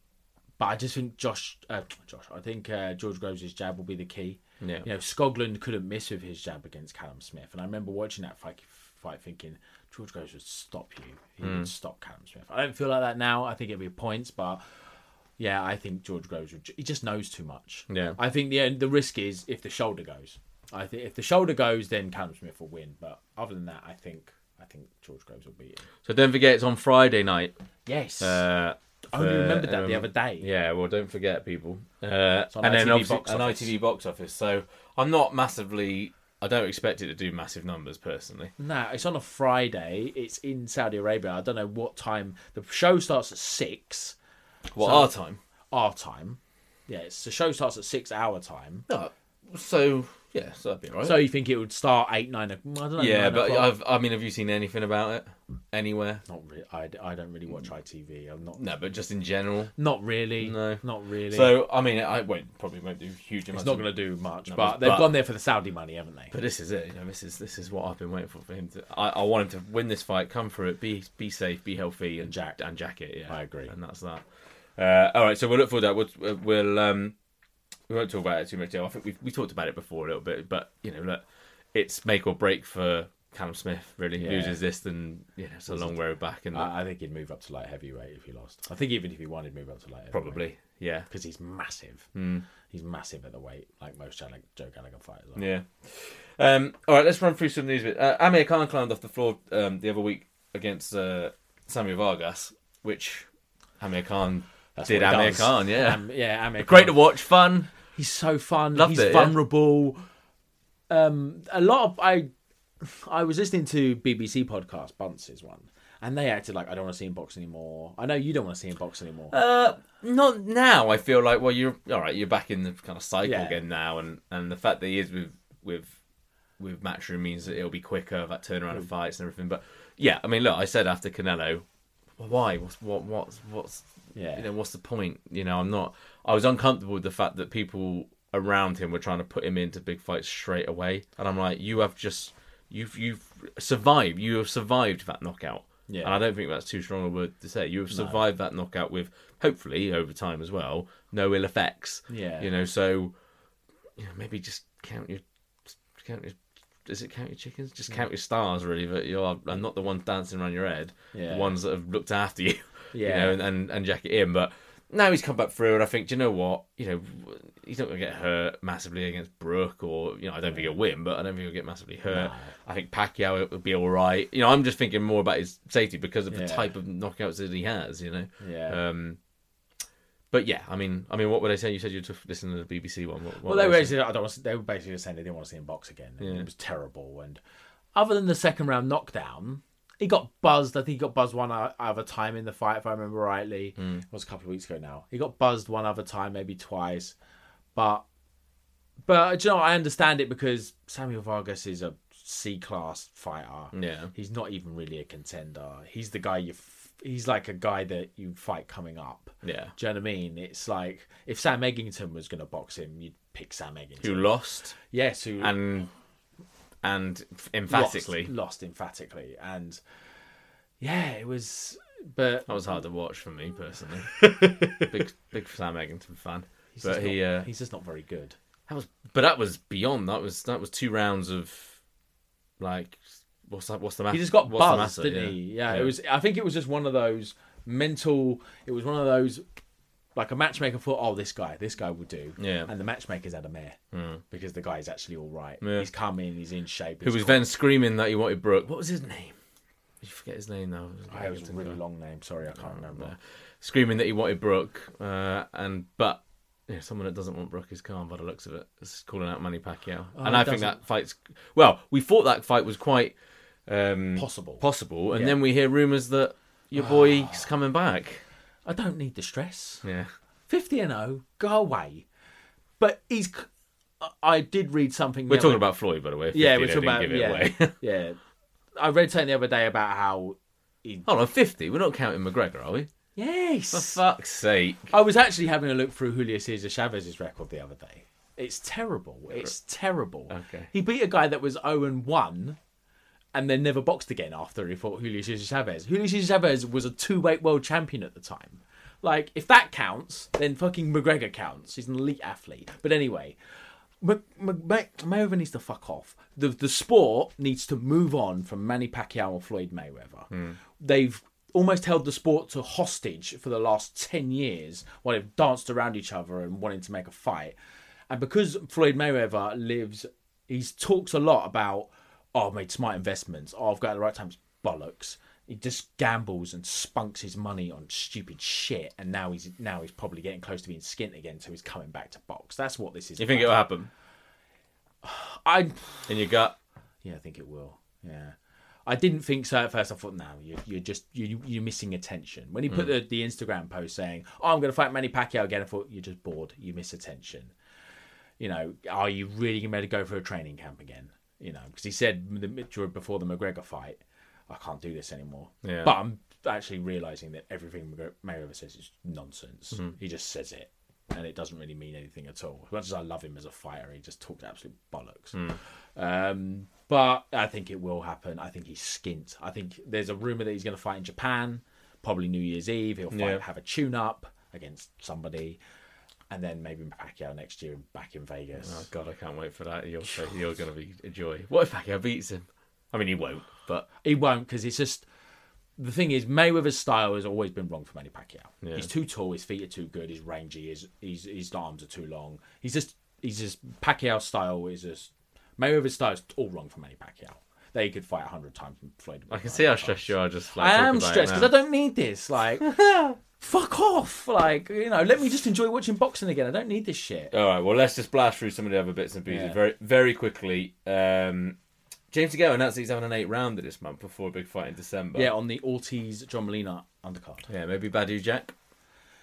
but I just think Josh, uh, Josh, I think uh, George Groves' jab will be the key. Yeah. You know, Scotland couldn't miss with his jab against Callum Smith, and I remember watching that fight, fight thinking George Groves would stop you. He would stop Callum Smith. I don't feel like that now. I think it'll be points, but yeah, I think George Groves would, he just knows too much. Yeah. I think the the risk is if the shoulder goes. I think if the shoulder goes, then Callum Smith will win. But other than that, I think I think George Groves will beat him. So don't forget, it's on Friday night. Yes. Uh, I only for, remembered that the um, other day. Yeah, well, don't forget, people. Uh, on and then ITV obviously box an office. ITV box office. So I'm not massively. I don't expect it to do massive numbers personally. No, it's on a Friday. It's in Saudi Arabia. I don't know what time the show starts at six What So- our time? our time. Yeah, it's, the show starts at six our time. No. So yeah, so that'd be alright. So you think it would start eight nine? o- I don't know. yeah, nine but o'clock. I've, I mean, have you seen anything about it anywhere? not. Re- I, I don't really watch ITV. I'm not. No, but just in general. Not really. No. Not really. So I mean, I won't probably won't do huge amounts. It's not of- going to do much, but- but they've but- gone there for the Saudi money, haven't they? But this is it. You know, this is this is what I've been waiting for for him to. I, I want him to win this fight, come through it, be be safe, be healthy, and Jack. and jack it. Yeah, I agree. And that's that. Uh, all right, so we'll look forward to that. We'll, we'll um, we won't talk about it too much. I think we we talked about it before a little bit, but you know, look, it's make or break for Callum Smith. Really, Yeah. loses this, then you know, it's a long road back, and I, I think he'd move up to light heavyweight if he lost. I think even if he won, he'd move up to light heavyweight. probably, Hmm. yeah. Because he's massive. He's massive at the weight, like most Gall- Joe Gallagher fighters are. Yeah. Um, all right, let's run through some news. Uh, Amir Khan climbed off the floor um, the other week against uh, Sammy Vargas, which Amir Khan did. what he Amir does. Khan, yeah. Um, yeah, Amir Great to Khan. watch, fun. He's so fun. Loved he's it, yeah. vulnerable. Um, a lot of I, I was listening to BBC podcast Bunce's one, and they acted like I don't want to see him box anymore. I know you don't want to see him box anymore. Uh, not now. I feel like well, you're all right. You're back in the kind of cycle Yeah. again now, and and the fact that he is with with with Mm. Matchroom means that it'll be quicker that turnaround of fights and everything. But yeah, I mean, look, I said after Canelo, why? What's what? What's what's? Yeah. You know, what's the point? You know, I'm not. I was uncomfortable with the fact that people around him were trying to put him into big fights straight away, and I'm like, you have just you've you've survived. You have survived that knockout. Yeah. And I don't think that's too strong a word to say. You have survived that knockout with hopefully over time as well, no ill effects. Yeah. You know, so you know, maybe just count your count your is it count your chickens? Just count your stars, really. But you're and not the ones dancing around your head. Yeah. The ones that have looked after you. You Yeah. know, and, and and jack it in. But now he's come back through, and I think, do you know what? You know, he's not going to get hurt massively against Brooke, or you know, I don't think he'll win, but I don't think he'll get massively hurt. I think Pacquiao will be all right. You know, I'm just thinking more about his safety because of Yeah. the type of knockouts that he has. You know. Yeah. Um, but yeah, I mean, I mean, what would I say? You said you took listen to the BBC one. What, what Well, they would were, I say? basically, I don't want to- they were basically just saying they didn't want to see him box again. and It was terrible. And other than the second round knockdown, he got buzzed. I think he got buzzed one o- other time in the fight, if I remember rightly. Hmm. It was a couple of weeks ago now. He got buzzed one other time, maybe twice. But, but do you know, what? I understand it because Samuel Vargas is a C class fighter. Yeah. He's not even really a contender. He's the guy you. F- he's like a guy that you fight coming up. Yeah. Do you know what I mean? It's like if Sam Eggington was going to box him, you'd pick Sam Eggington. who lost yes, who and and lost- emphatically. lost, emphatically, and yeah, it was. But That was hard to watch for me personally. big big Sam Eggington fan, he's but just he not, uh, he's just not very good. that was but that was beyond. That was that was two rounds of like what's that? What's the matter? He just got what's the buzzed, matter? didn't he? Yeah, it was. I think it was just one of those mental. It was one of those. Like a matchmaker thought, oh, this guy, this guy will do. Yeah. Hmm. And the matchmaker's had a mare because the guy's actually all right. Yeah. He's come in, he's in shape. Who he's was cool. then screaming that he wanted Brooke? What was his name? You forget his name now. Oh, it was a Eggington Oh, guy. really long name. Sorry, I can't remember. screaming that he wanted Brooke, uh, and but yeah, someone that doesn't want Brooke is Khan by the looks of it. It's calling out Manny Pacquiao, and he I think Oh, doesn't. that fight's well. We thought that fight was quite um, Possible. possible, and then we hear rumours that your boy's coming back. I don't need the stress. Yeah, 50 and 0, go away. But he's. c- I- I did read something. the we're talking other- about Floyd, by the way. Yeah, 50, we're they talking didn't about. give it Yeah, away. yeah. I read something the other day about how. Hold on, fifty. We're not counting McGregor, are we? For Yes! fuck's sake! I was actually having a look through Julio Cesar Chavez's record the other day. It's terrible. It's terrible. Okay. He beat a guy that was 0 and 1 and then never boxed again after he fought Julio Cesar Chavez. Julio Cesar Chavez was a two weight world champion at the time. Like, if that counts, then fucking McGregor counts. He's an elite athlete. But anyway, Mc- Mc- Mc- Mayweather needs to fuck off. The the sport needs to move on from Manny Pacquiao or Floyd Mayweather. Hmm. They've almost held the sport to hostage for the last ten years while they've danced around each other and wanting to make a fight. And because Floyd Mayweather lives, he talks a lot about, oh, I made smart investments. Oh, I've got the right times. Bollocks. He just gambles and spunks his money on stupid shit, and now he's now he's probably getting close to being skint again, so he's coming back to box. That's what this is. You think it'll happen I in your gut? yeah, I think it will. Yeah, I didn't think so at first. I thought, no, you're, you're just you you're missing attention. When he put the, the Instagram post saying, "Oh, I'm going to fight Manny Pacquiao again," I thought you're just bored. You miss attention. You know, are you really going to go for a training camp again? You know, because he said the- during- before the McGregor fight, "I can't do this anymore." Yeah. But I'm actually realizing that everything McGre- Mayweather says is nonsense. He just says it. And it doesn't really mean anything at all. As much as I love him as a fighter, he just talks absolute bollocks. Um, but I think it will happen. I think he's skint. I think there's a rumor that he's going to fight in Japan, probably New Year's Eve. He'll fight, Yeah. have a tune up against somebody, and then maybe Pacquiao next year back in Vegas. Oh God, I can't wait for that. You're so- you're going to be a joy. What if Pacquiao beats him? I mean, he won't, but He won't because it's just the thing is Mayweather's style has always been wrong for Manny Pacquiao. He's too tall, his feet are too good, he's rangy, his his his arms are too long. He's just he's just Pacquiao style is just Mayweather's style is all wrong for Manny Pacquiao. They could fight hundred times and Floyd. would I can fight see how 100 times. stressed you are. Just like I talking am about it stressed now. because I don't need this. Like, fuck off. Like, you know, let me just enjoy watching boxing again. I don't need this shit. All right, well, let's just blast through some of the other bits and pieces Yeah. very, very quickly. Um, James Ago announced he's having an eight rounder this month before a big fight in December. Yeah, on the Ortiz John Molina undercard. yeah, maybe Badu Jack.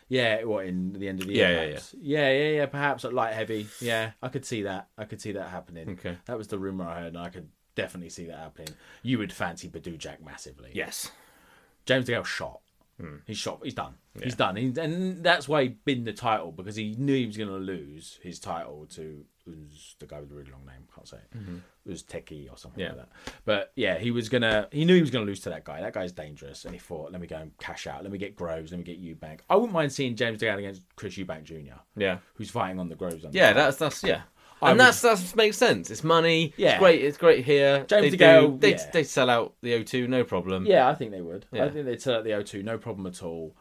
Yeah, what in the end of the Yeah, year? yeah, perhaps. yeah, yeah, yeah, Perhaps at light heavy. Yeah, I could see that. I could see that happening. Okay. that was the rumor I heard, and I could definitely see that happening. You would fancy Badu Jack massively. Yes, James DeGale shot. Hmm. He's shot. He's done. He's done. He, and that's why he binned the title because he knew he was going to lose his title to Uz, the guy with the really long name. Can't say it. Uz Teki or something Mm-hmm. Yeah. like that. But yeah, he was gonna. He knew he was going to lose to that guy. That guy's dangerous. And he thought, let me go and cash out. Let me get Groves. Let me get Eubank. I wouldn't mind seeing James Degan against Chris Eubank Jr. Yeah. who's fighting on the Groves. Yeah, that's that's yeah. I and would- that's that's makes sense. It's money. Yeah. It's great. It's great here. James they De Gale, do- They yeah. they sell out the O2, no problem. Yeah, I think they would. Yeah. I think they'd sell out the O2, no problem at all.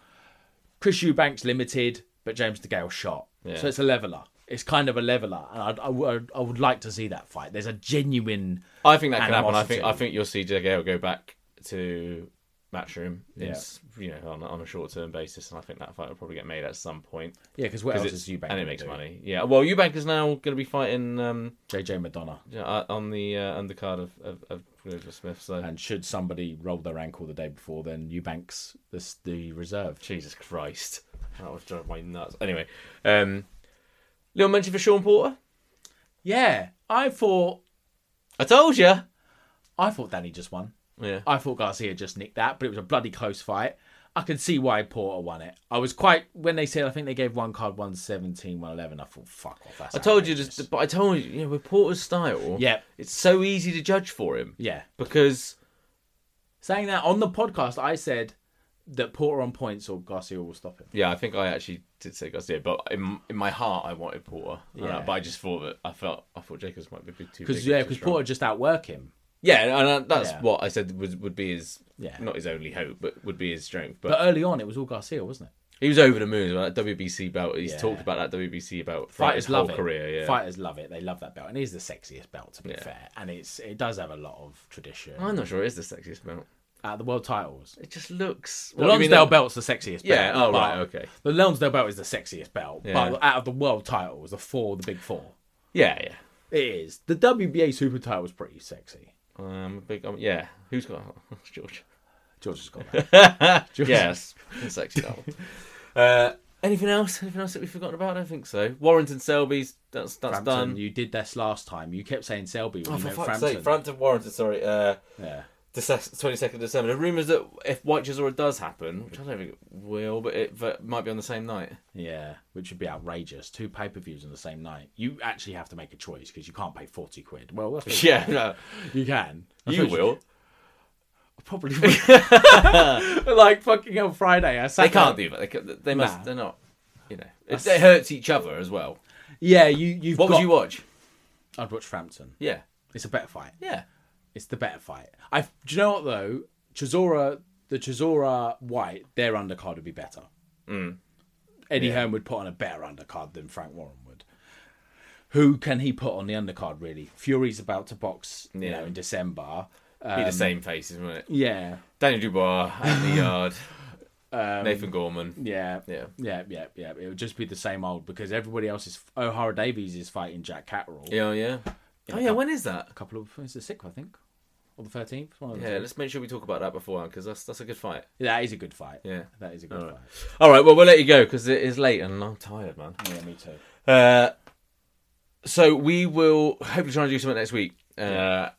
Chris Eubanks limited, but James De Gale shot. Yeah. So it's a leveler. It's kind of a leveler, and I'd, I, would, I would like to see that fight. There's a genuine. I think that can happen. I Animosity. think I think you'll see De Gale go back to matchroom. Yeah. It's you know on, on a short term basis, and I think that fight will probably get made at some point. Yeah, because what 'Cause else it's- is Eubank? and it gonna makes do? money. Yeah. Well, Eubank is now going to be fighting um JJ Madonna. yeah, uh, on the uh, undercard of of, of Roger Smith. So And should somebody roll their ankle the day before, then Eubanks the, the reserve. Jesus Christ, that was driving my nuts. Anyway, um, little mention for Sean Porter. Yeah, I thought I told you. I thought Danny just won. Yeah. I thought Garcia just nicked that, but it was a bloody close fight. I can see why Porter won it. I was quite when they said I think they gave one card 117, 111. I thought fuck off. That's I told you, outrageous. just, but I told you, you know, with Porter's style, Yeah. it's so easy to judge for him yeah. because Saying that on the podcast, I said that Porter on points or Garcia will stop him. yeah, I think I actually did say Garcia, but in in my heart, I wanted Porter, yeah. Yeah. but I just thought that I felt I thought Jacobs might be a bit too Because big, yeah, too because strong. Porter just outwork him. yeah, and uh, that's Yeah. what I said would would be his Yeah. not his only hope, but would be his strength. But, But early on, it was all Garcia, wasn't it? he was over the moon about that WBC belt. He's Yeah. talked about that WBC belt throughout Fighters his whole love it. career. Yeah, Fighters love it. They love that belt, and it is the sexiest belt to be Yeah. fair. And it's it does have a lot of tradition. I'm not sure it is the sexiest belt. Uh, the world titles, It just looks. The What do you mean Lonsdale that- belt's the sexiest belt. Yeah, oh, but right, okay. The Lonsdale belt is the sexiest belt, Yeah. but out of the world titles, the four, the big four, Yeah, yeah. it is. The WBA super title was pretty sexy. Um, big. Um, yeah. Who's got? George. George has got that. Yes, sexy that one. Uh, anything else? Anything else that we've forgotten about? I don't think so. Warrington Selby's. That's that's Frampton, done. You did this last time. You kept saying Selby when Oh, you for meant fuck's Frampton. sake, Frampton Warrington. Sorry, uh, yeah. twenty second of December. The rumours that if White Chisora does happen, which I don't think it will, but it but might be on the same night. Yeah, which would be outrageous. Two pay per views on the same night. You actually have to make a choice because you can't pay 40 quid. Well, I think Yeah, no, you can. I you think will. Probably will. like fucking on Friday. I They can't do that. They, can, they must. Nah. They're not. You know, it, it hurts each other as well. Yeah, you, you've What got. would you watch? I'd watch Frampton. Yeah, It's a better fight. yeah. It's the better fight. I do you know what though? Chisora, the Chisora White, their undercard would be better. Mm. Eddie Hearn would put on a better undercard than Frank Warren would. Who can he put on the undercard really? Fury's about to box, you Yeah. know, in December. Be Um, the same faces, wouldn't it? Yeah, Daniel Dubois, Andy Yard, Um, Nathan Gorman. yeah, Yeah. yeah, yeah, yeah. It would just be the same old because everybody else is. O'Hara Davies is fighting Jack Catterall. Yeah, yeah. Oh yeah, when is that? A couple of it's the sixth, I think, or the thirteenth. Yeah, let's make sure we talk about that beforehand because that's that's a good fight. that is a good fight. Yeah. that is a good fight. All right, well we'll let you go because it is late and I'm tired, man. Yeah, me too. Uh, so we will hopefully try and do something next week, uh,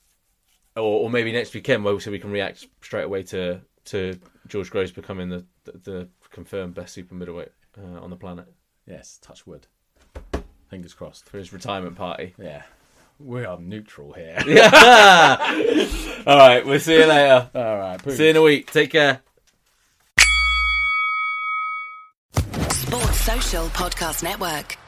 or, or maybe next weekend, where so we can react straight away to to George Groves becoming the the, the confirmed best super middleweight uh, on the planet Yes, touch wood. Fingers crossed. for his retirement party. Yeah. We are neutral here. All right, we'll see you later. All right. Pooch. see you in a week. Take care. Sports Social Podcast Network.